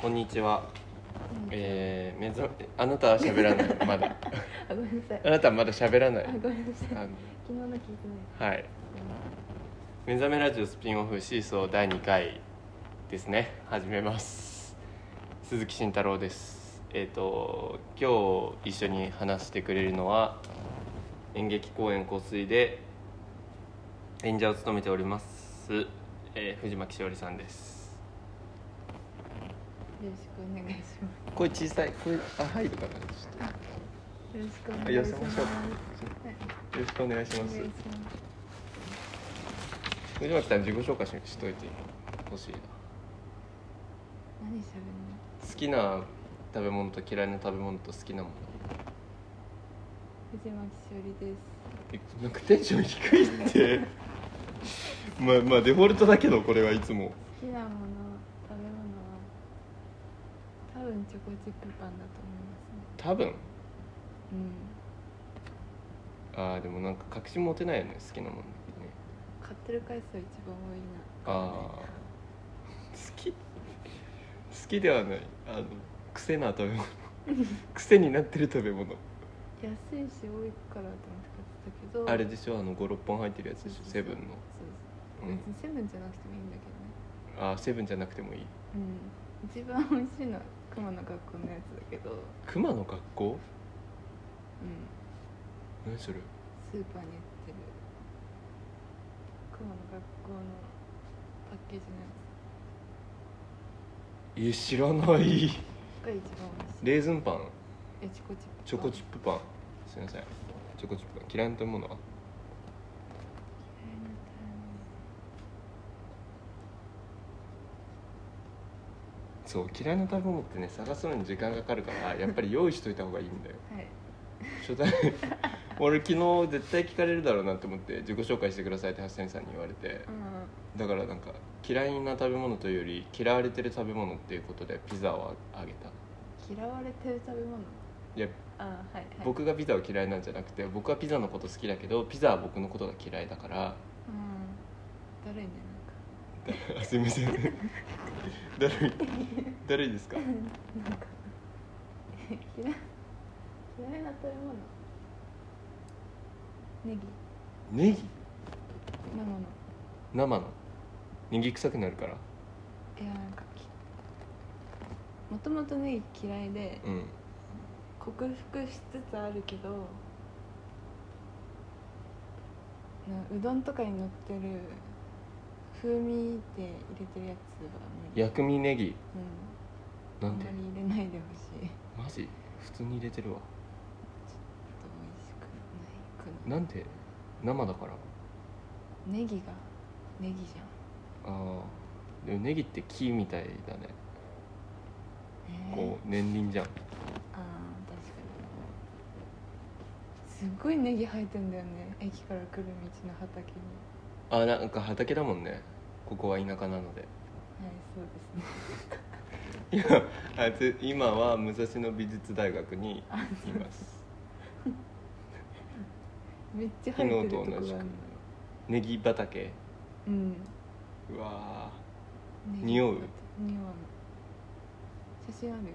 こんにちは。うんえー、めざあなたは喋らないま だ。あごめんなさいあなたはまだ喋らないあ。ごめんなさいあ昨日の聞いてのはい。な目覚めラジオスピンオフシーソー第2回ですね始めます鈴木慎太郎ですえっ、と今日一緒に話してくれるのは演劇公演香水で演者を務めております、えー藤巻しおりさんですいよろしくお願いしま声小さい声あ入るかなすよろしくおあ願寄いしせまましすょうはいよろしくお願いしおます願いします藤巻さん自己紹介ししといてほしいな何喋るの好きな食べ物と嫌いな食べ物と好きなもの藤巻しおりですえなんかテンション低いって まあまあデフォルトだけどこれはいつも好きなもの食べ物は多分チョコチップパンだと思いますね多分うんああでもなんか確信持てないよね好きなものね買ってる回数一番多いなああ好き好きではないあの癖な食べ物 癖になってる食べ物安いし多いからと思って買ってたけどあれでしょあの56本入ってるやつでしょセブンの、そうそうん、う別にセブンじゃなくてもいいんだけどねああセブンじゃなくてもいいうん一番美味しいのは熊の学校のやつだけど、うん、熊の学校何それスーパーに売ってる熊の学校のパッケージのやえ知らない つが一番美味しいレーズンパンえチョコチップチョコチップパンすいませんチョコチップパン嫌いな食べ物は嫌いな食べ物そう嫌いな食べ物ってね探すのに時間がかかるからやっぱり用意しといた方がいいんだよはい初対 俺昨日絶対聞かれるだろうなって思って自己紹介してくださいってハッセンさんに言われてうんだからなんか嫌いな食べ物というより嫌われてる食べ物っていうことでピザをあげた嫌われてる食べ物いやあはいはい僕がピザを嫌いなんじゃなくて僕はピザのこと好きだけどピザは僕のことが嫌いだからうんだるいねなんかあ すいませんだるいだるいですかなんか 嫌い嫌いな食べ物ネギネギ生の生のネギ臭くなるからいやなんかきもともとネギ嫌いでうん克服しつつあるけどなうどんとかに乗ってる風味で入れてるやつは無理薬味ネギうんなあんんまでり入れないでほしいちょマジ普通に入れてるわっと美味しくないくななんで生だからネギがネギじゃんあーでもネギって木みたいだねえーこう年輪じゃんあー確かにすっごいネギ生えてんだよね駅から来る道の畑にあーなんか畑だもんねここは田舎なのではいそうですねいやあつ今は武蔵野美術大学にいますめっちゃ昨生えて日るととこが同あるじのくネギ畑うんうわネギ匂う匂わない写真あるよ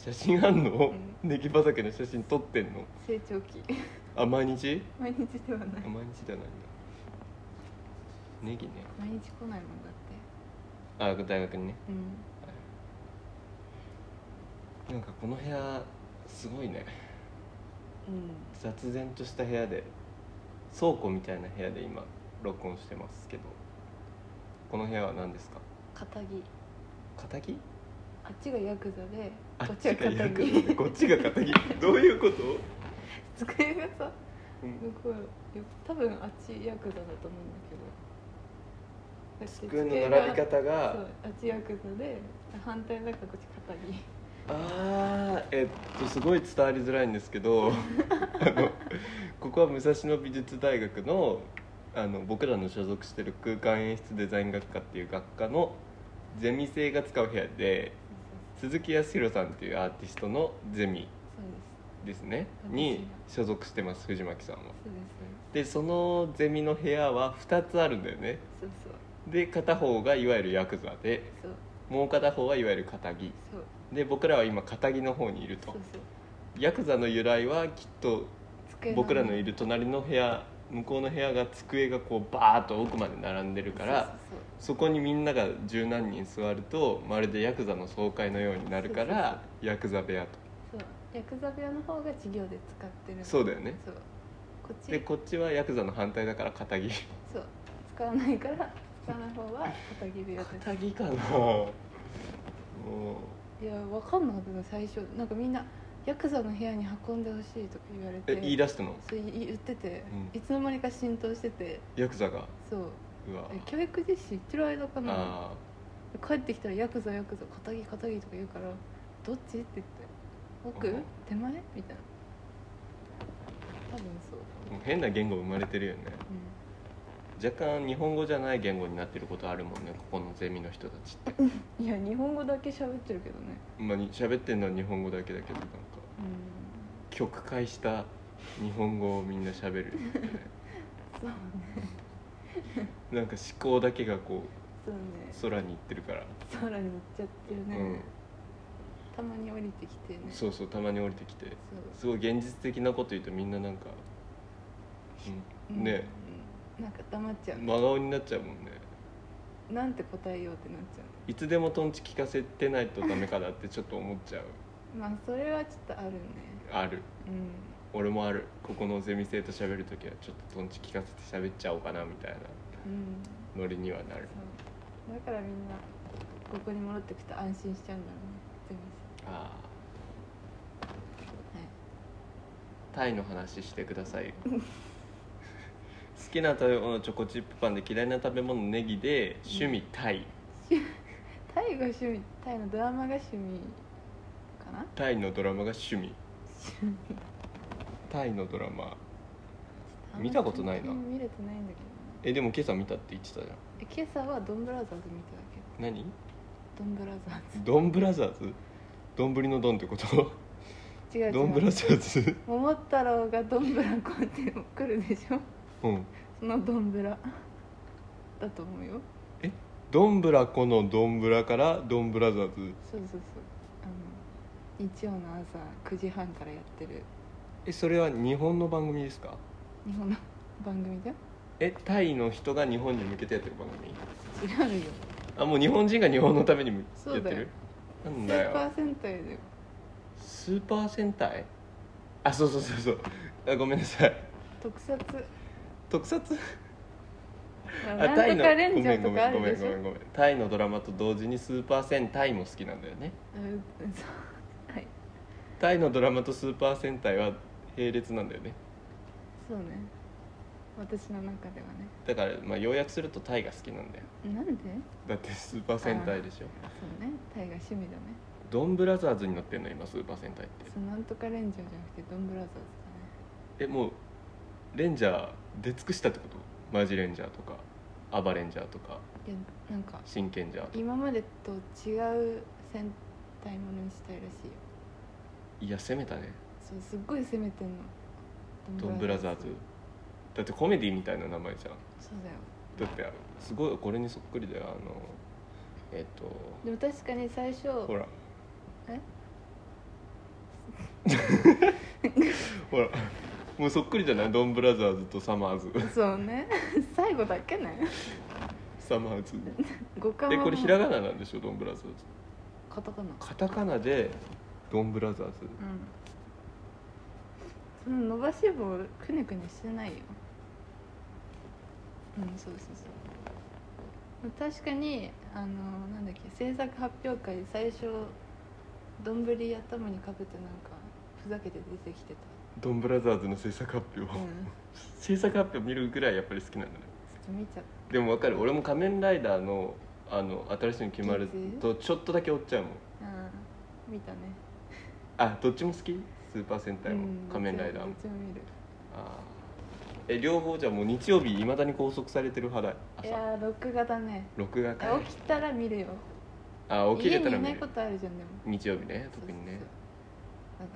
ー写真あんの、うネギ畑の写真撮ってんの成長期 あ毎日毎日ではないあ毎日じゃないんだネギね毎日来ないもんだってあ大学にねうんなんかこの部屋すごいねうん雑然とした部屋で倉庫みたいな部屋で今録音してますけどこの部屋は何ですか片木仇あっちがヤクザであこっっちちがが片ヤク木ザでこっちが仇どういうこと、 机がさうん向こうよ多分あっちヤクザだと思うんだけどだって机の並び方ががそうあっちヤクザで反対だからこっち片木ああえっとすごい伝わりづらいんですけどあのここは武蔵野美術大学のあの僕らの所属してる空間演出デザイン学科っていう学科のゼミ生が使う部屋で鈴木康弘さんっていうアーティストのゼミそうですですね私がに所属してます藤巻さんはそうでですそのゼミの部屋は2つあるんだよねそうですそうそうで片方がいわゆるヤクザでそうもう片方はいわゆる片木そうで僕らは今片木の方にいるそとうそうヤクザの由来はきっと机僕らのいる隣の部屋向こうの部屋が机がこうバーッと奥まで並んでるからそうそうそこにみんなが十何人座るとまるでヤクザの総会のようになるからヤクザ部屋とそうそうヤクザ部屋の方が授業で使ってるそうだだよねそうこっちでこっちはヤクザの反対だから片木そう使わないから使わない方は片木部屋です片木かなもいや分かんなかったの最初なんかみんなヤクザの部屋に運んでほしいとか言われうてえ言い出したのそうい言ってて、うんいつの間にか浸透しててヤクザがそううわえ教育実習行ってる間かなあ帰ってきたらヤクザヤクザ片木片木とか言うからどっちって言って奥うん手前みたいな多分そう、ーもう変な言語生まれてるよねう若干日本語じゃない言語になってることあるもんねここのゼミの人たちってん、いや日本語だけ喋ってるけどねまあに喋ってんのは日本語だけだけどなんかうん曲解した日本語をみんな喋るよ ねそうねなんか思考だけがこそうねう空に行ってるから、空に行っちゃってるね、うん、たまに降りてきてねそうそうたまに降りてきてそうすごい現実的なこと言うとみんななんか、うん、ねうんなんか黙っちゃう、真顔になっちゃうもんねなんて答えようってなっちゃいつでもトンチ聞かせてないとダメかなってちょっと思っちゃううまあそれはちょっとあるねあるうん俺もあるここのゼミ生と喋るときはちょっとトンチ聞かせて喋っちゃおうかなみたいなうんノリにはなそるうだからみんなここに戻ってくと安心しちゃうんだろうねゼミああ生はいタイの話してくださいよ 好きな食べ物チョコチップパンで嫌いな食べ物ネギで趣味タイタイが趣味タイのドラマが趣味かなタイのドラマが趣味タイのドラマ見たことないなあんま最近見れてないんだけえでも今朝見たって言ってたじゃんど、ね、え今朝はドンブラザーズ見ただけ何ドンブラザドンブラザーズドンブリのドンってことーズ違う違うドンブラザーズ桃太郎がどんぶらこうやって来るでしょうんそのどんぶらだと思うよえドンブラこのドンブラからドンブラザーズそうそうそうあの日曜の朝9時半からやってるえそれは日本の番組ですか日本の番組だよえタイの人が日本に向けてやってる番組違うよあもう日本人が日本のためにやってそうだよるなんスだーパよー戦隊だよスーパー戦隊あそうそうそうそうあごめんなさい特撮特撮なあんタイとのかレンジャごーとめかあんごるめんでごしめょんごめんタイのドラマと同時にスーパー戦隊も好きなんだよねうんそうはいタイのドラマとスーパー戦隊は並列なんだよねそうね私の中ではねだからまあ要約するとタイが好きなんだよなんでだってスーパー戦隊でしょそうねタイが趣味だねドンブラザーズになってんの今スーパー戦隊ってそうなんとかレンジャーじゃなくてドンブラザーえズだねもうレンジャー出尽くしたってことマジレンジャーとかアバレンジャーとかいやなんか真剣ジャー今までと違う戦隊ものにしたいらしいよいや攻めたねそうすっごい攻めてんのドンブラザーズだってコメディみたいな名前じゃんそうだよだってすごいこれにそっくりだよあのえっ、でも確かに最初とほらえ ほらもうそっくりじゃないドンブラザーズとサマーズ そうね 最後だけねサマーズ五感はえもうこれひらがななんでしょドンブラザーズカタカナカタカナでドンブラザーズうんその伸ばし棒くねくねしてないようんそうそうそう確かにあのなんだっけ制作発表会最初どんぶり頭にかぶってなんかふざけて出てきてドンブラザーズの制作発表、たうん制作発表見るぐらいやっぱり好きなんだねちょっと見ちゃっでもわかる俺も仮面ライダーのあの新しいの決まるとちょっとだけ追っちゃうもんたうん見たねあどっちも好きスーパー戦隊も、うん仮面ライダーもどっちも見るあーえ両方じゃあもう日曜日いまだに拘束されてる派だ朝いやー録画だね録画会あ起きたら見るよあ起きれたら家にい見ないこるとあるじゃんでも日曜日ね特にねそうそう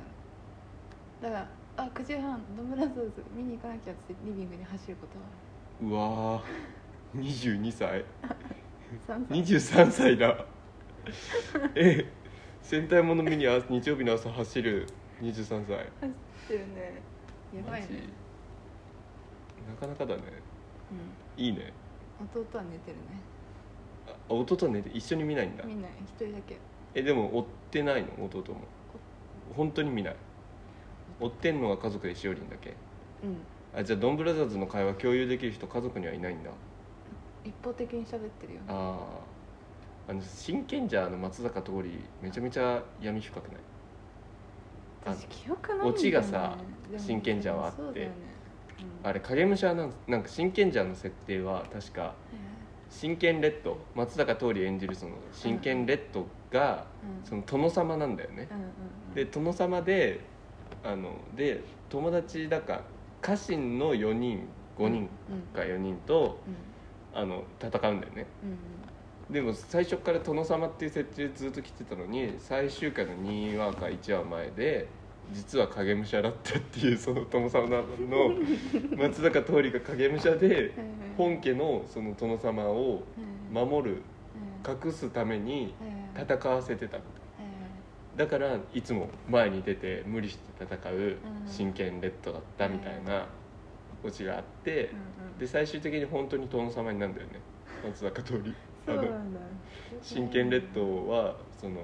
そうだからだからあ9時半ドンブラザーズ見に行かなきゃっつってリビングに走ることはうわー22歳ある三歳23歳だえ戦隊もの見にあ日曜日の朝走る23歳走ってるねやばいねマジなかなかだねういいねん弟は寝てるねあ弟寝て一緒に見ないんだ見ない一人だけえでも追ってないの弟も本当に見ない追ってんのが家族でしおりんだけうんあじゃあドンブラザーズの会話共有できる人家族にはいないんだ一方的に喋ってるよねあああの真剣じゃの松坂桃李めちゃめちゃ闇深くないあの私記憶ないんだよねオチがさでも真剣じゃんはあってそうだよね、うんあれ影武者なんなんか真剣じゃの設定は確か真剣レッド松坂桃李演じるその真剣レッドがうんその殿様なんだよねうんうんうんで殿様であので友達だか家臣の4人5人か4人とうんあの戦うんだよねうんでも最初から殿様っていう設定でずっと来てたのに最終回の2話か1話前で実は影武者だったっていうその殿様の松坂桃李が影武者でうんうん本家のその殿様をうん守るうん隠すためにうん戦わせてただからいつも前に出て無理して戦う真剣レッドだったみたいなオチがあってうんうんで最終的に本当に殿様になるん だよね松坂桃李そうあのなんだ真剣レッドはその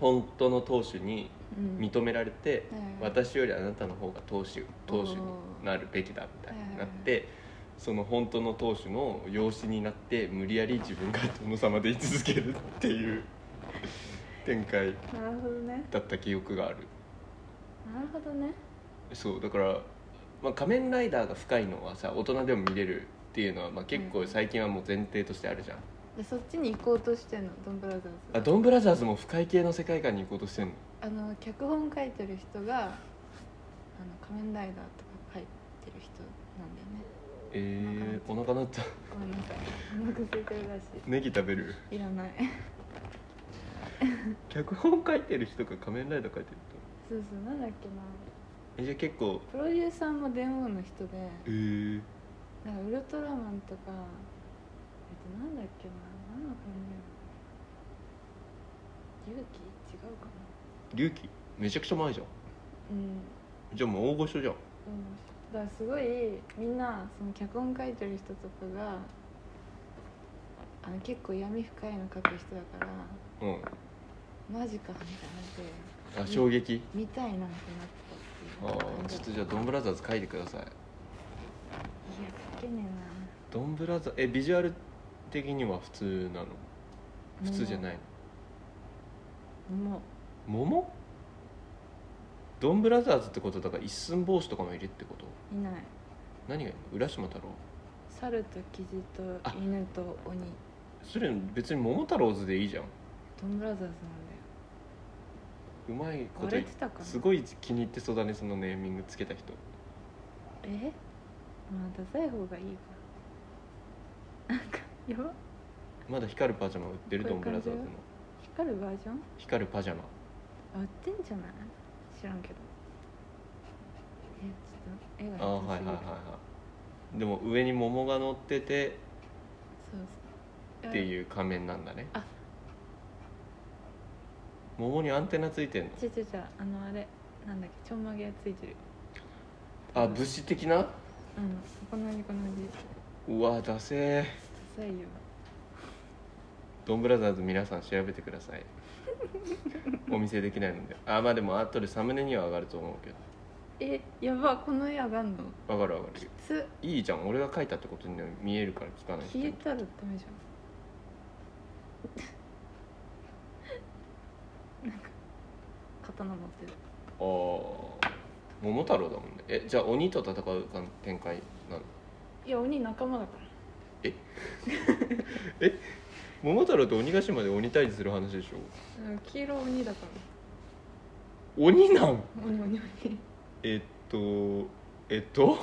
本当の当主に認められて、うん私よりあなたの方が当主当主になるべきだみたいになって、その本当の当主の養子になって無理やり自分が殿様で居続けるっていう展開うんなるほどねだった記憶があるなるほどねそうだから、まあ、仮面ライダーが深いのはさ大人でも見れるっていうのは、まあ、結構最近はもう前提としてあるじゃん、でそっちに行こうとしてんのドンブラザーズあドンブラザーズも深い系の世界観に行こうとしてんのあの脚本書いてる人があの仮面ライダーとか書いてる人なんだよねえー、お腹鳴ったごめんなさいお腹空いてるらしネギ食べるいいらない 脚本書いてる人が仮面ライダー書いてる人そうそうなんだっけなえじゃあ結構プロデューサーも電王の人でえー、なんかウルトラマンとかえっとなんだっけな何の仮面ライダー勇気違うかな龍騎めちゃくちゃ前じゃんうんじゃあもう大御所じゃんうんだからすごいみんなその脚本書いてる人とかがあの結構闇深いの書く人だからうんマジかみたいなあ衝撃で見たいなってあなってたっていうーちょっとじゃあドンブラザーズ書いてくださいいや書けねドンブラザーえビジュアル的には普通なのえな普通じゃないいもうの桃ドンブラザーズってことだから一寸法師とかもいるってこといない何がいるの浦島太郎猿とキジあと犬と鬼それ別に桃太郎図でいいじゃんドンブラザーズなんだようまいこと言割れってたかなすごい気に入ってそうだねそのネーミングつけた人えまあダサい方がいいかなんかやばまだ光るパジャマ売ってるこうドンいうブ感ラじザよーズの光るバージョン光るパジャマあ売ってんじゃない知らんけどえちょっと絵があー下手はいはいすぎはいるはいでも上に桃が乗っててそうそうってういう仮面なんだねあ桃にアンテナついてんのちょちょちょあのあれなんだっけちょんまげがついてるあ武士的なうんこの味このう味わダセーダサいよドンブラザーズ皆さん調べてくだ さいお見せできないのであまあでも後でサムネには上がると思うけえやばこの絵上がんのどわかるわかるついいじゃん俺が書いたってことには見えるから聞かない消えけたらダメじゃん なんか刀持ってるどああ桃太郎だもんねえじゃあ鬼と戦う展開なのいや鬼仲間だから桃太郎って鬼ヶ島で鬼退治する話でしょうん黄色鬼だか鬼なんら鬼鬼鬼えっとえっと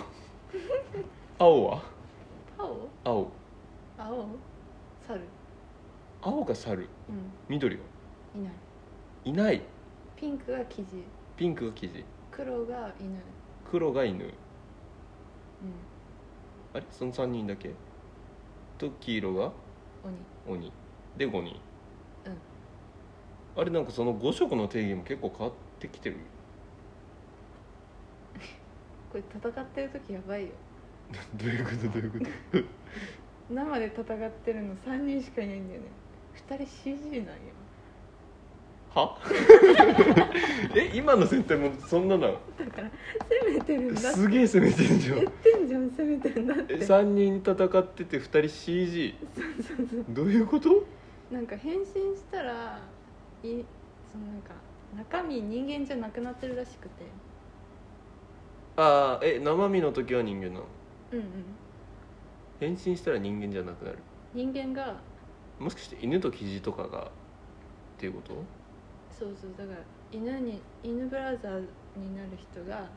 青は青青青猿青が猿う緑はんいないいないピンクが生地ピンクが生地黒が犬黒が犬うあれその3人だけと黄色がん鬼鬼で5人うんあれなんかその5色の定義も結構変わってきてる これ戦ってる時やばいよどういうことどういうこと生で戦ってるの3人しかいないんだよね2人 CG なんよは え今の戦隊もそんななのだから攻めてるんだってすげえ攻めてんじゃ 言っんてんじゃん攻めてんだってえ3人戦ってて2人 CG そうそうどういうことなんか変身したらいそのなんか中身人間じゃなくなってるらしくてああえ生身の時は人間なのうんうん変身したら人間じゃなくなる人間がもしかして犬とキジとかがっていうことそうそうだから犬に犬ブラザーになる人が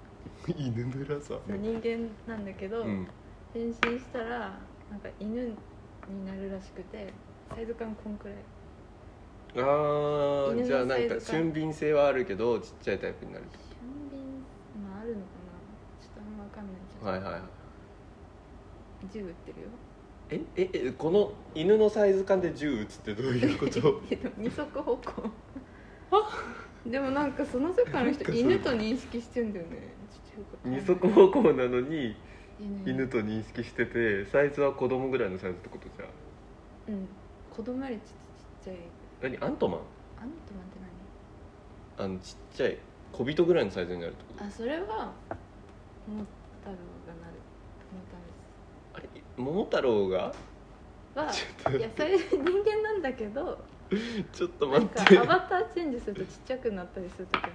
犬村さそう人間なんだけど、うん変身したらなんか犬になるらしくてサイズ感こんくらいあー犬のじゃあなんかサイズ感俊敏性はあるけどちっちゃいタイプになる俊敏まああるのかなちょっとあんま分かんないけど、はいはいはい銃撃ってえるよええこの犬のサイズ感で銃撃つってどういうこと けど二足歩行でもなんかその世界のなんかそ人う犬と認識してんだよねちょっ二とよく足わかんない歩行なのに犬犬と認識しててサイズは子供ぐらいのサイズってことじゃんうん子供よりちっちゃい何アントマンアントマあンってのちっちゃい小人ぐらいのサイズになるってこと何あそれは桃太郎がなる桃太あれ桃太郎が郎ですちょっとは野菜人間なんだけどちょっと な待んっかてアバターチェンジするとちっちゃくなったりする時ある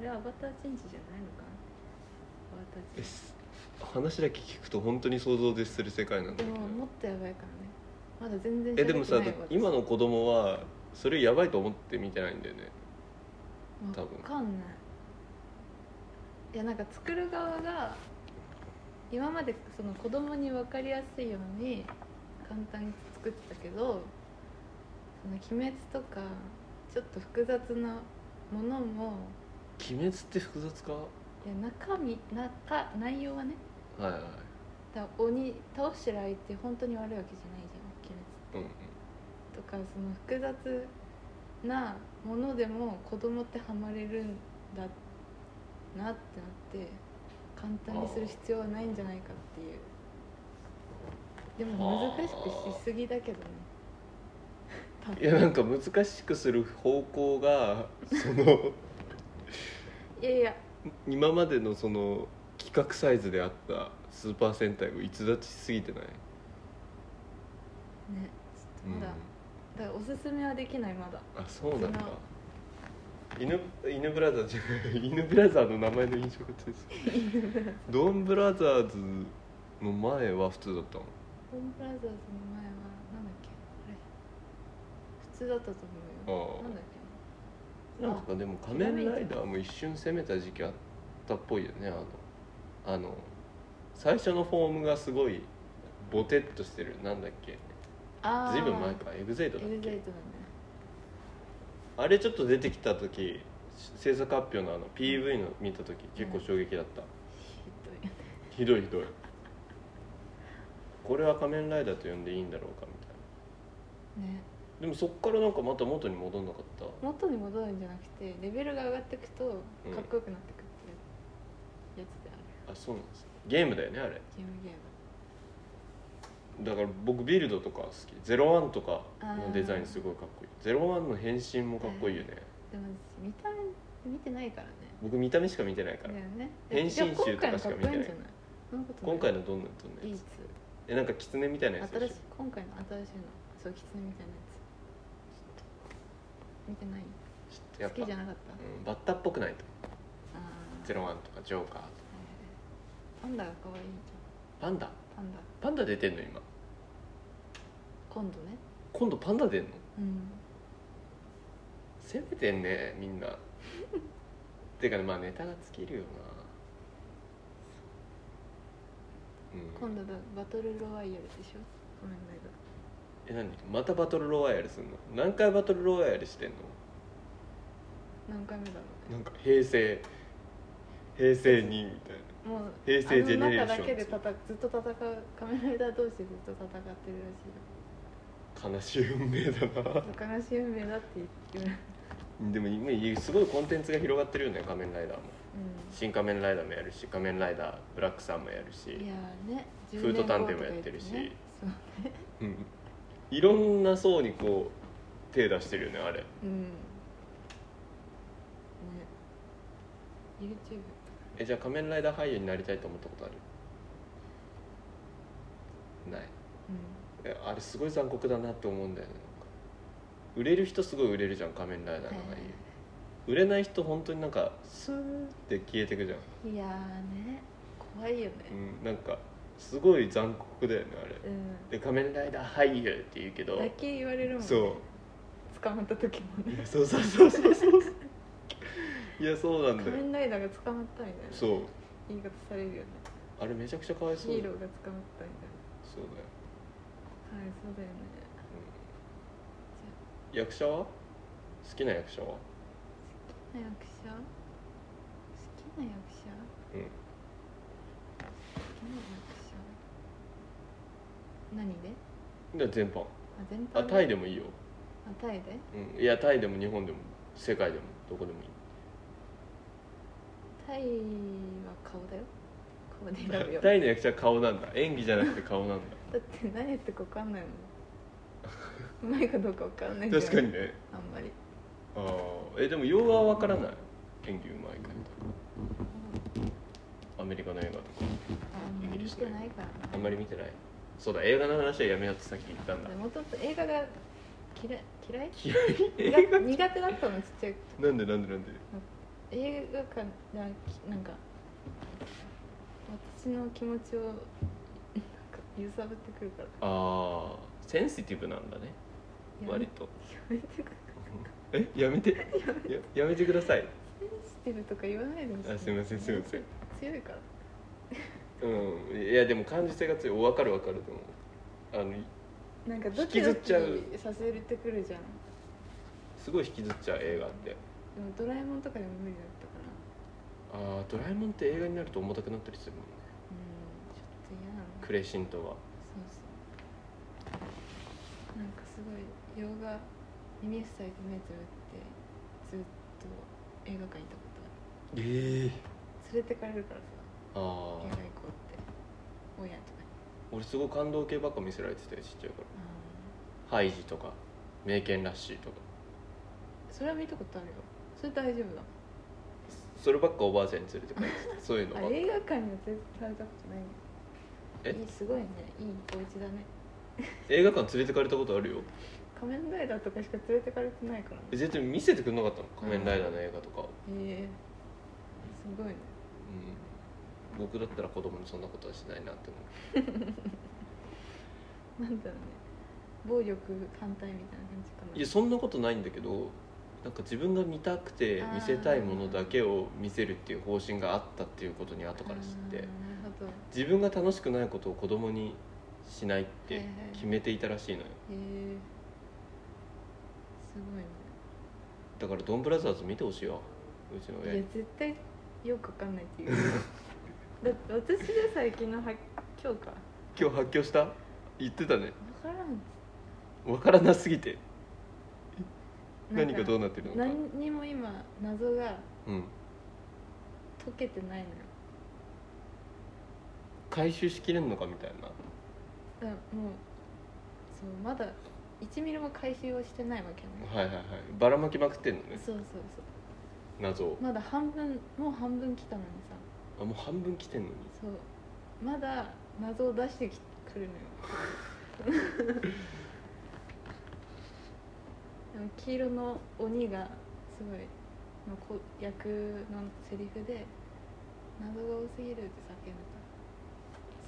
あれアバターチェンジじゃないのかなアバターチェンジす話だけ聞くと本当に想像を絶する世界なんだけでどももっとやばいからねまだ全然えでもさ喋ってないわ私今の子供はそれやばいと思って見てないんだよね多わ分かんないいやなんか作る側が今までその子供に分かりやすいように簡単に作ってたけど「その鬼滅」とかちょっと複雑なものも「鬼滅」って複雑かいや中身中内容はねはいはいだから鬼倒してる相手本当に悪いわけじゃないじゃん「鬼う滅」んうんとかその複雑なものでも子供ってハマれるんだなってなって簡単にする必要はないんじゃないかっていうでも難しくしすぎだけどね多分いやなんか難しくする方向がその いやいや今までのその企画サイズであったスーパー戦隊を逸脱しすぎてない、ねちうょっとんまだ、だからおすすめはできないまだあそうなんだその犬犬ブラザーじゃない 犬ブラザーの名前の印象が強いですドンブラザーズの前は普通だったのホームブラザーズの前はなんだっけあれ普通だったと思あうよあなんだっけなんかでも仮面ライダーも一瞬攻めた時期あったっぽいよねあのあの最初のフォームがすごいボテっとしてるなんだっけああずいぶん前かエグゼイトだっエグゼイけトだねあれちょっと出てきた時制作発表のあの PV の見た時結構衝撃だった、ひひどいどいひどいこれは仮面ライダーと呼んでいいんだろうかみたいねなでもそっからなんかまた元に戻んなかった元に戻るんじゃなくてレベルが上がっていくとうんかっこよくなってくっていうやつである、あそうなんですねゲームだよねあれゲームゲームだから僕ビルドとか好きゼロワンとかのデザインすごいかっこいいゼロワンの変身もかっこいいよねでも私見た目見てないからね僕見た目しか見てないからだよね変身集とかしかじゃあ今回のっこいいん見てないじゃそんなことない今回のどんなどんなビやーつツえなんか狐みたいなやつで新ししいょ今回の新しいのそうキツネみたいなやつ見てないちょっとやっぱ好きじゃなかったうん、バッタっぽくないとあーゼロワンとかジョーカーとかはいはいパンダが可愛いじパンダゃんパンダパンダ出てんの今今度ね今度パンダ出んのうん攻めてんねみんな てかねまあネタが尽きるよなうん今度だバトルロワイヤルでしょ仮面ライダーえ何またバトルロワイヤルすんの何回バトルロワイヤルしてんの何回目だろうなねんか平成平成にみたいなもう平成ジェネレーションあの中だけで戦ずっと戦う仮面ライダー同士でずっと戦ってるらしい悲よしい運命だな悲しい運命だって言ってるでも今すごいコンテンツが広がってるよね仮面ライダーもう新仮面ライダーもやるし仮面ライダーブラックさんもやるしん、いやーねフ10ード年後とか探偵もやってるし言ねそううん、いろんな層にこう手出してるよねあれうんね YouTube えじゃあ仮面ライダー俳優になりたいと思ったことあるないうんえあれすごい残酷だなって思うんだよねなんか売れる人すごい売れるじゃん仮面ライダーの俳はいはいは優売れない人本当になんかスーって消えてくじゃん、いやーね怖いよねうん、なんかすごい残酷だよねあれうんで仮面ライダー俳優って言うけどだけ言われるもんねそう捕まった時もねそうそうそうそう そういやそうなんだ仮よ面ライダーが捕まったみたいなそう言い方されるよねあれめちゃくちゃかわいヒそうーだロよーが捕まったみたいそうだよ、なはいそうだよねうん、役者は好きな役者は好きな役者好きな役者うん好きな役者何でじゃあ全般あ全般あタイででもいいよ、あタイでうん、いやタイでも日本でも世界でもどこでもいいタイは顔だよ顔で選ぶよ だタイの役者は顔なんだ演技じゃなくて顔なん だって何言ってるか分かんないもんうまいかどうか分かんないじゃん確かにねあんまりああえでも洋画はわからない演技うまいかとかアメリカの映画とかあんまり見てないからなあんまり見てないそうだ映画の話はやめようってさっき言ったんだもともと映画が嫌い嫌い嫌い苦手苦手だったのちっちゃい なんでなんでなんで映画館ななんか私の気持ちをなんか揺さぶってくるからああセンシティブなんだねやめ割やとめてくれえやめて ややめてくださいセンシティブとか言わないでほしいあすいませんすいません強いからうんいやでも感受性が強い分かる分かるでもあのなんかド引キきずドっキちゃうさせてくるじゃんすごい引きずっちゃう映画ってでもドラえもんとかでも無理だったからあードラえもんって映画になると重たくなったりするもんねうんちょっと嫌なのクレシントはそうそうなんかすごい洋画耳塞いで目つぶってずっと映画館行ったことあええる連れてかれるからさあ映画あ行こうって親とかに俺すごい感動系ばっか見せられてたよちっちゃいからあハイジとか名犬ラッシーとかーそれは見たことあるよそれ大丈夫だそればっかおばあちゃんに連れて帰ってたそういうのばっあかれ映画館には全然されたことなえいよいいすごいねいいお家だね映画館連れてかれたことあるよ仮面ライダーとかしか連れてかれてないからねえ絶対見せてくれなかったの仮面ライダーの映画とか、へえすごいねうん僕だったら子供にそんなことはしないなって思うなんだろうね暴力反対みたいな感じかないやそんなことないんだけどなんか自分が見たくて見せたいものだけを見せるっていう方針があったっていうことに後から知っあーなてるほど自分が楽しくないことを子供にしないっはていはい決めていたらしいのよへえすごいねだからドンブラザーズ見てほしいわうちのい親やに絶対よくわかんないっていうだって私で最近のは今日かわ今日発狂した言ってたねからんわからなすぎてなん何がどうなってるのか何にも今謎がうん解けてないのよ回収しきれんのかみたいなだからもうそうまだ1ミリも回収をしてないわけねはいはいはいばらまきまくってんのねそうそうそ謎をうまだ半分もう半分来たのにさあもう半分来てん のにそうまだ謎を出してきくるのよでも黄色の鬼がすごいのこ役のセリフで「謎が多すぎる」って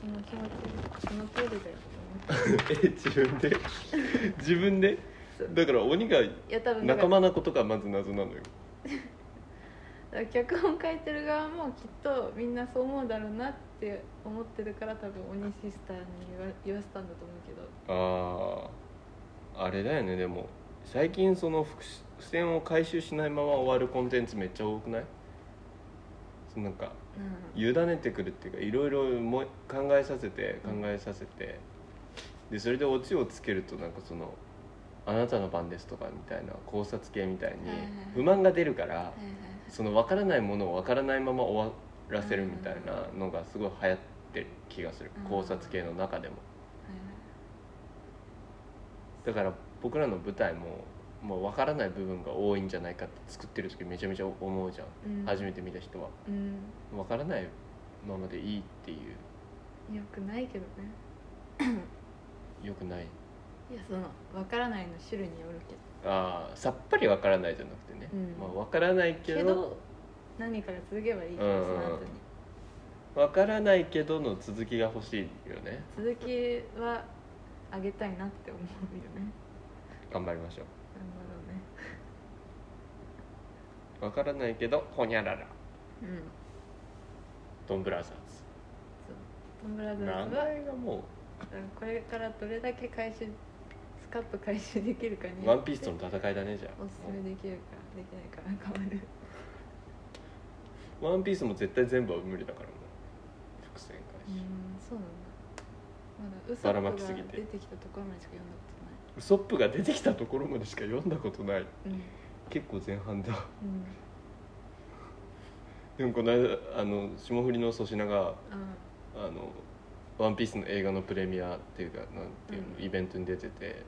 叫んでたその気持ちその通りだよと思ってえ自分で自分でそうだから鬼がいや多分だ仲から間なことがまず謎なのよだから脚本書いてる側もきっとみんなそう思うだろうなって思ってるから多分鬼シスターに言わ言わせたんだと思うけどあああれだよねでも最近その伏し付箋を回収しないまま終わるコンテンツめっちゃ多くないそのなんかうん委ねてくるっていうかいろいろもう考えさせて考えさせてでそれでオチをつけるとなんかそのあなたの番です」とかみたいな考察系みたいにはいはい不満が出るからはいはいその分からないものを分からないまま終わらせるみたいなのがすごい流行ってる気がするうん考察系の中でもはいはいだから僕らの舞台ももう分からない部分が多いんじゃないかって作ってる時めちゃめちゃ思うじゃんうん初めて見た人はうん分からないままでいいっていうよくないけどね良くないいやその分からないの種類によるけどあーさっぱり分からないじゃなくてね、うんまあ、分からないけどけど何かが続けばいいからうんその後に分からないけどの続きが欲しいよね続きはあげたいなって思うよね頑張りましょうなんだろうね分からないけどほにゃららうんドンブラザそうトンブラーザズ名ーズは前がもこれからどれだけ回収スカッと回収できるかにう「ワンピースとの戦いだねじゃおすすめできるかできないか変わるあ「ワンピースも絶対全部は無理だからもう伏線う回収、んそうなんだまだウソばらッまプきすぎがて出てきたところまでしか読んだこウソップが出てきたところまでしか読んだことないとない結構前半だ うんうんでもこの間あの霜降りの粗品があ「あのワンピースの映画のプレミアっていうかなんていうの、うんイベントに出てて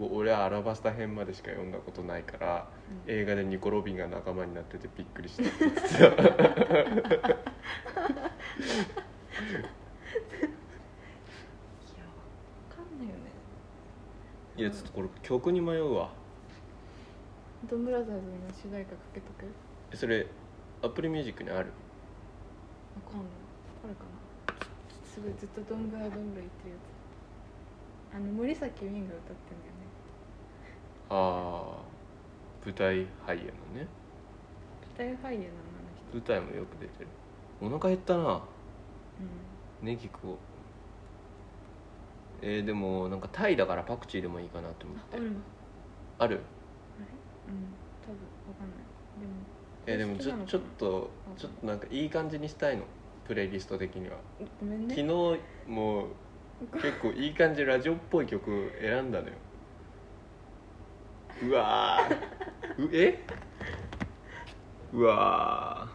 うんお俺はアラバスタ編までしか読んだことないからうん映画でニコ・ロビンが仲間になっててびっくり したって言ってたいやわかんないよねいやちょっとこれ曲に迷うわドンブラザーズの主題歌かけとくえそれアップルミュージックにあるわかんないあるかなすごいずっとどんぶらどんぶら言ってるやつあの森崎ウィンが歌ってんだよねああ舞台俳優のね舞台俳優なのあの人舞台もよく出てるお腹減ったなうネギ食おうえー、でもなんかタイだからパクチーでもいいかなと思んっあてあるわあるあれうんえ多分わかんないでもーでもちょ好きなのかなちょっとうんちょっとなんかいい感じにしたいのプレイリスト的にはごめん昨ね日も結構いい感じラジオっぽい曲選んだのようわーうえうわ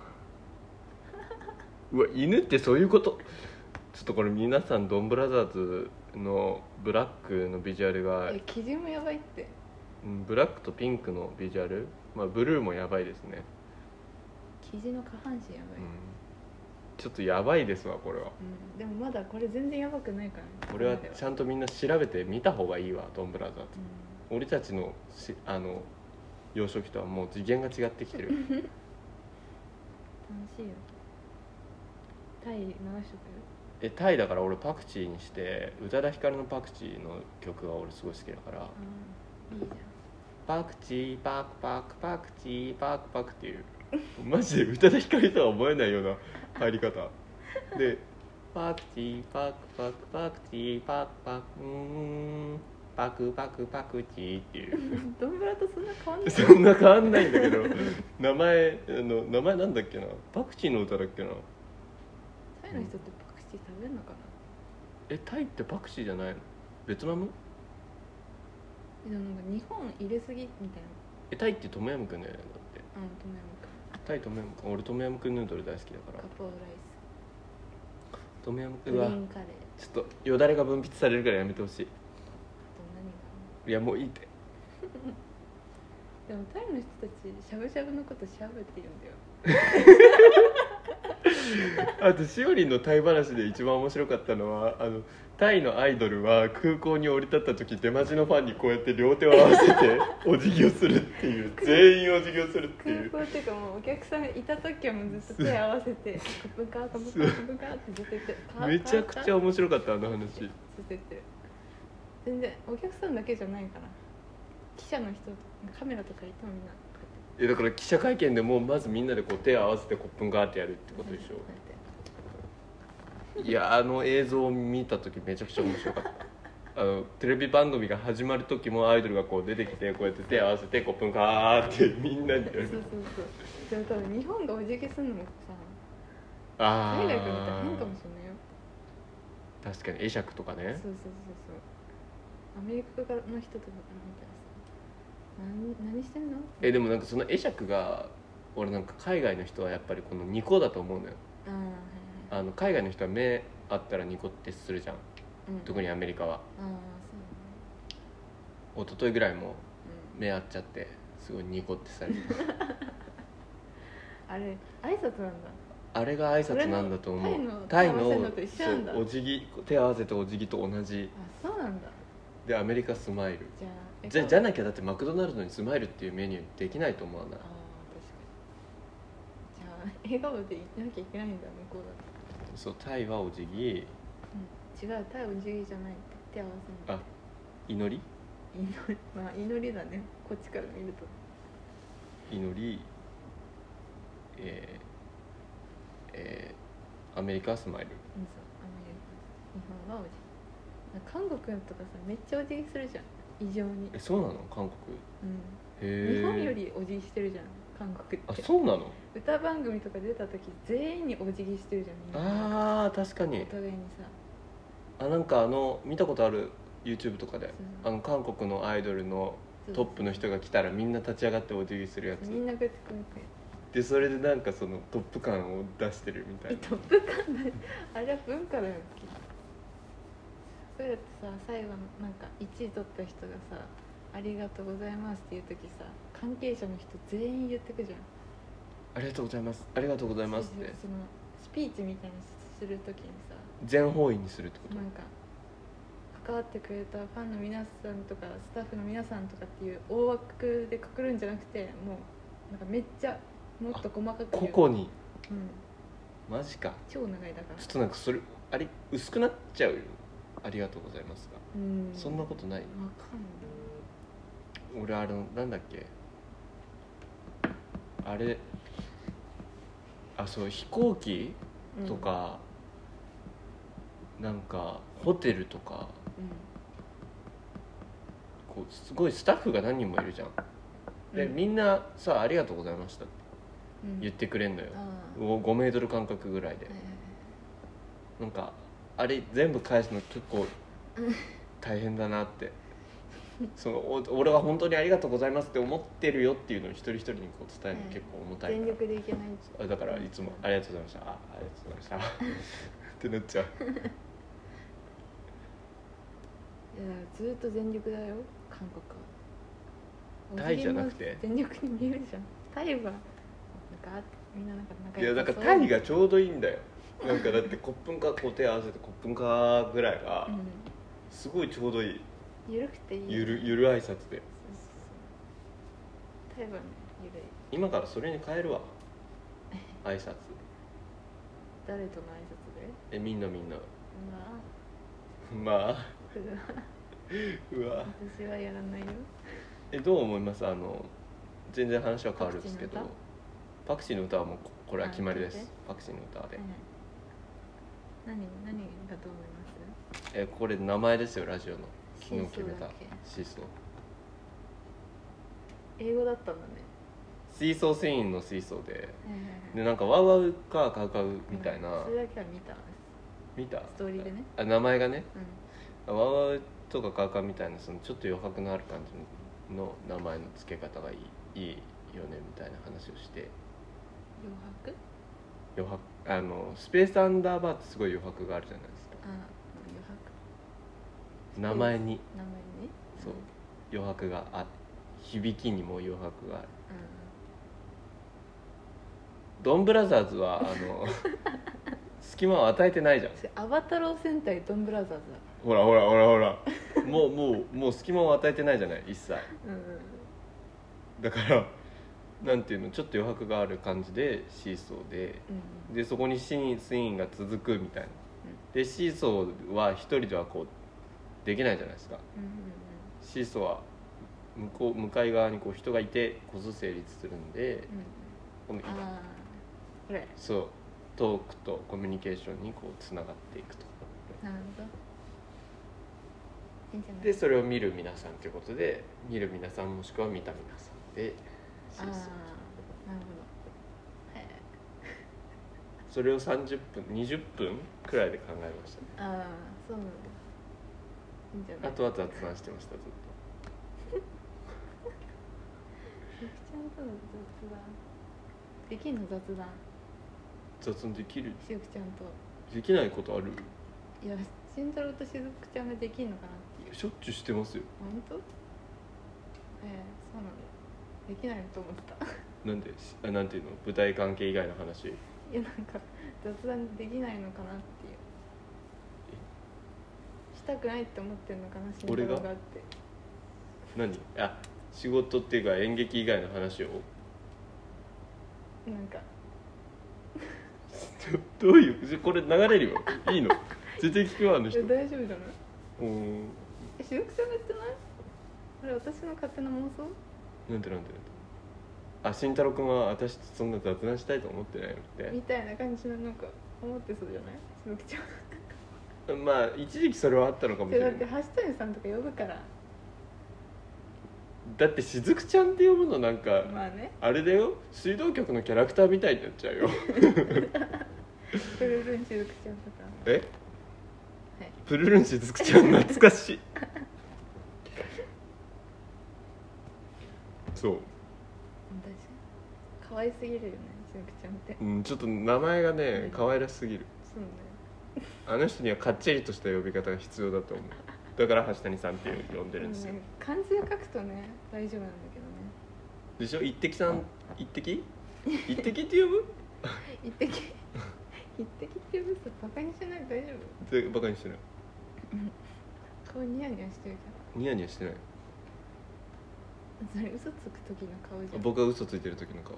ーうわ犬ってそういうことちょっとこれ皆さんドンブラザーズのブラックのビジュアルがえ基準もやばいってうんブラックとピンクのビジュアル、まあ、ブルーもやばいですね、生地の下半身やばうい、んうん、ちょっとやばいですわこれはでもまだこれ全然やばくないからねこれはここまでちゃんとみんな調べて見た方がいいわドンブラザーズう俺たちのしあの幼少期とはもう次元が違ってきてるん、楽しいよタイ流しとくえタイだから俺パクチーにして宇多田ヒカルのパクチーの曲が俺すごい好きだからあーいいじゃん「パクチーパクパクパクチーパクパク」っていうマジで宇多田ヒカルとは思えないような入り方で「パクチーパクパクパクチーパクパクうーんパクパクパクチー」っていう。ドンブラとそんな変わんないそんな変わんないんだけど名前あの名前なんだっけなパクチーの歌だっけなタイの人ってパクチー食べるのかなえタイってパクチーじゃないのベトナムでもなんか日本入れすぎみたいえタイってトムヤムクンのやつだってなうんトムヤムクタイトムヤムクン俺トムヤムクンヌードル大好きだかンらカポーライストムヤムクグンリはーンカレーあちょっとよだれが分泌されるからやめてほしいと何があいやもういいってるでもタイの人たちしゃぶしゃぶのことしゃぶって言うんだよあとしおりんのタイ話で一番面白かったのはあのタイのアイドルは空港に降り立った時出待ちのファンにこうやって両手を合わせてお辞儀をするっていう全員お辞儀をするっていう空港っていうかもうお客さんいた時はもうずっと手合わせて「カブカカブカカブカ」ってずっと言って「めちゃくちゃゃ面白かったあの話ずっと言ってる全然お客さんだけじゃないから記者の人カメラとかいてもみんなこうやってえだから記者会見でもうまずみんなでこう手を合わせてコップンガーってやるってことでしこうやってょいやあの映像を見た時めちゃくちゃ面白かったあのテレビ番組が始まる時もアイドルがこう出てきてこうやって手を合わせてコップンガーってみんなにやそうるそうそうでも多分日本がお辞儀するのもさあ海外から見たら変かもあしれないよ確かに会釈とかそうねそうそうそうアメリカからの人とかから見たらさ何何してんのえでもなんかその会釈が俺なんか海外の人はやっぱりこの2個だと思うのよあーはいはいあの海外の人は目あったらニコってするじゃんうん特にアメリカはああ一昨日ぐらいもそう目合っちゃってすごいニコってされてなの、うん、あれ挨拶なんだあれが挨拶なんだと思俺うのタイのタイ手合わせのと一緒なんだそうお辞儀手合わせとお辞儀と同じあそうなんだでアメリカスマイルじゃあえじゃじゃなきゃだってマクドナルドにスマイルっていうメニューできないと思わないああ確かにじゃあ笑顔でいなきゃいけないんだ向こうだとそうタイはお辞儀うん、違うタイお辞儀じゃない手合わせないあ祈り祈りまあ祈りだねこっちから見ると祈りえーえーアメリカスマイルうんそうあんまり日本はお辞儀韓国とかさめっちゃお辞儀するじゃん異常にえ、そうなの韓国うん、へえ日本よりお辞儀してるじゃん韓国あってそうなの歌番組とか出た時全員にお辞儀してるじゃんみんなあー確かおに互いにさあなんかあの見たことある YouTube とかでそあうの韓国のアイドルのそうトップの人が来たらみんな立ち上がってお辞儀するやみんつなこうやってこうやってでそれでなんかそのトップ感を出してるみたいなトップ感だあれは文化だよそれだってさ最後のなんか1位取った人がさ「ありがとうございます」っていう時さ関係者の人全員言ってくじゃんありがとうございますありがとうございますってそのスピーチみたいにする時にさ全方位にするってことなんか関わってくれたファンの皆さんとかスタッフの皆さんとかっていう大枠でくくるんじゃなくてもうなんかめっちゃもっと細かく言う個々にうん、マジか超長いだからちょっとなんかそれあれ薄くなっちゃうよありがとうございますが、うんそんなことないわかんない俺あのなんだっけあれあそう飛行機うんとか、なんかホテルとかうこうすごいスタッフが何人もいるじゃんで、うんみんなさ「ありがとうございました」ってんうん言ってくれんのよあ、あう5メートル間隔ぐらいではいはいはいなんかあれ全部返すの結構大変だなってそのお俺は本当にありがとうございますって思ってるよっていうのを一人一人にこう伝えるの結構重たいから全力でいけないあだからいつも「ありがとうございました」あ「ありがとうございま した」ってなっちゃういやずっと全力だよ韓国はタイじゃなくてお辞儀も全力に見えるじゃんタイはなんかあみんななんか仲いや良だかさそらうタイがちょうどいいんだよなんかだってコップンかこう手合わせてコップンかぐらいがうすごいちょうどいいん緩くていいゆるゆる挨拶でそうそうそうタイはねゆるい今からそれに変えるわ挨拶誰との挨拶でえみんなみんな まあまあそれはうわ私はやらないよえどう思いますあの全然話は変わるんですけどパクチーの歌パクチーの歌はもうここれは決まりであ聞いすてパクチーの歌ではい、はい何何だと思いますえこれ名前ですよラジオの昨日シーソ決ーめだったけシーソー英語だったんだねシーソー船員のシーソーではいはいはいでなんかワウワウかカウカウみたいなそれだけは見た見たストーリーでねあ名前がねうんワウワウとかカウカウみたいなそのちょっと余白のある感じの名前の付け方がいいいいよねみたいな話をして余白余白あのスペースアンダーバーってすごい余白があるじゃないですかあ余白名前に名前ねそう余白があ響きにも余白があるうドンブラザーズはあ の隙間を与えてないじゃんんそれアバタロー戦隊ドンブラザーズだほらほらほらほらもうもうもう隙間を与えてないじゃない一切うんだからなんていうのちょっと余白がある感じでシーソーでうんでそこにシーンスインが続くみたいなでシーソーは一人ではこうできないじゃないですかうんうんシーソーは向こう向かい側にこう人がいてこそ成立するんでうんこのうんああこれそうトークとコミュニケーションにこうつながっていくとなるほどいいんじゃないでそれを見る皆さんということで見る皆さんもしくは見た皆さんであシあーソーなるほどはいそれを30分20分くらいで考えましたねああそうなんだいいんじゃなあいとは雑談してましたずっゆきちゃんとの雑談できんの雑談雑談できるしずくちゃんとできないことあるいや慎太郎としずくちゃんができんのかなっていうしょっちゅうしてますよ本当ええそうなんだできないと思ってたなんであなんていうの舞台関係以外の話いやなんか雑談できないのかなっていうしたくないって思ってんのかな慎太俺郎ががって何あ仕事っていうか演劇以外の話を なんかどういうこれ流れるよいいの絶対聞くわあのえ人大丈夫じゃないうーんえしずくちゃんが言ってないあれ私の勝手な妄想なんでなんでなんであ慎太郎君は私とそんな雑談したいと思ってないのみったいな感じのなんか思ってそうじゃないしずくちゃんてまあ一時期それはあったのかもしそれれだなっいて橋谷さんとか呼ぶからだってしずくちゃんって呼ぶのなんか、まあねあれだよ水道局のキャラクターみたいになっちゃう よプルルンしずくちゃんとかえはいプルルンしずくちゃん懐かしいそう私可愛すぎるよねしずくちゃんってうん、ちょっと名前がね可愛らしすぎるそうなあの人にはかっちりとした呼び方が必要だと思うだから橋谷さんって呼んでんだるよんですでよもね漢字で書くとね大丈夫なんだけどねでしょ一滴さん一滴一滴って呼ぶ一滴 一滴って呼ぶとバカにしない大丈でバカにしてない夫顔ニヤニヤしてるかニヤニヤしてないらそれ嘘つく時の顔じゃん僕が嘘ついてる時の顔うん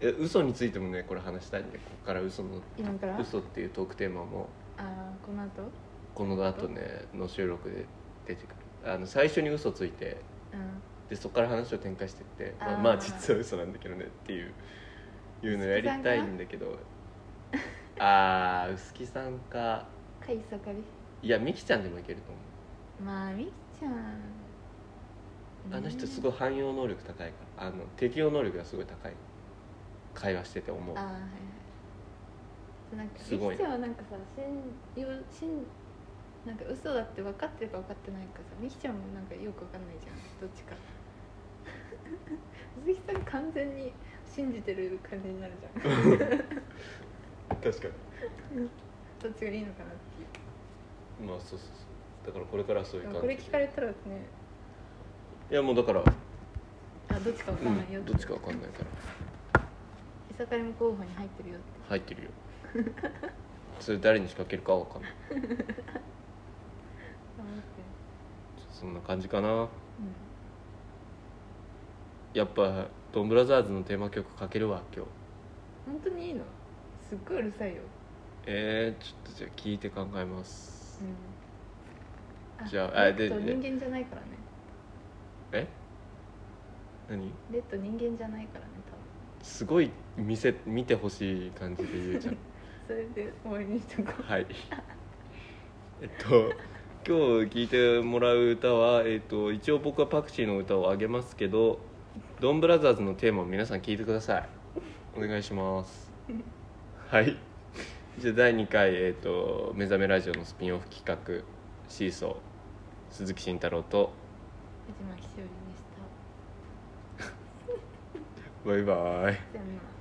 え嘘についてもねこれ話したいんでここから嘘の今からあ嘘っていうトークテーマもあーこの後この後ねの収録で出てくるあの最初に嘘ついてうんでそこから話を展開してってまあ、あーまあ実は嘘なんだけどねっていういうのやりたいんだけどあー薄木さんかかいさかりいやみきちゃんでもいけると思まあみきちゃんうあの人すいごい汎用能力高いからあの適応能力がすごい高い会話してて思うああはいはいなんかすごいみきちゃんはなんかさ信用信なんか嘘だって分かってるか分かってないかさみきちゃんもなんかよく分かんないじゃんどっち か鈴木さん完全に信じてる感じになるじゃ ん確かどっちがいいのかなっていうにまあそうそうそうだからこれからはそういでうも感こじれ聞かれたらねいやもうだから、あどっちか分うかんないよん、どっちかわかんないからいさかりも候補に入ってるよって入ってるよそれ誰に仕掛けるかはわかんない思ってそんな感じかなうんやっぱドンブラザーズのテーマ曲かけるわ今日本当にいいのすっごいうるさいよ、えー、ちょっとじゃあ聞いて考えます、うんじゃああレッドで人間じゃないからねえ何レッド人間じゃないからね多分すごい見せ見てほしい感じで言うじゃんそれで終わりにし とこうはいえっと今日聞いてもらう歌は、えっと、一応僕はパクチーの歌をあげますけどドンブラザーズのテーマを皆さん聞いてくださいお願いしますはいじゃあ第2回、えっと「目覚めラジオ」のスピンオフ企画シーソー鈴木慎太郎と藤巻しおりでしたバイバイじゃあみんな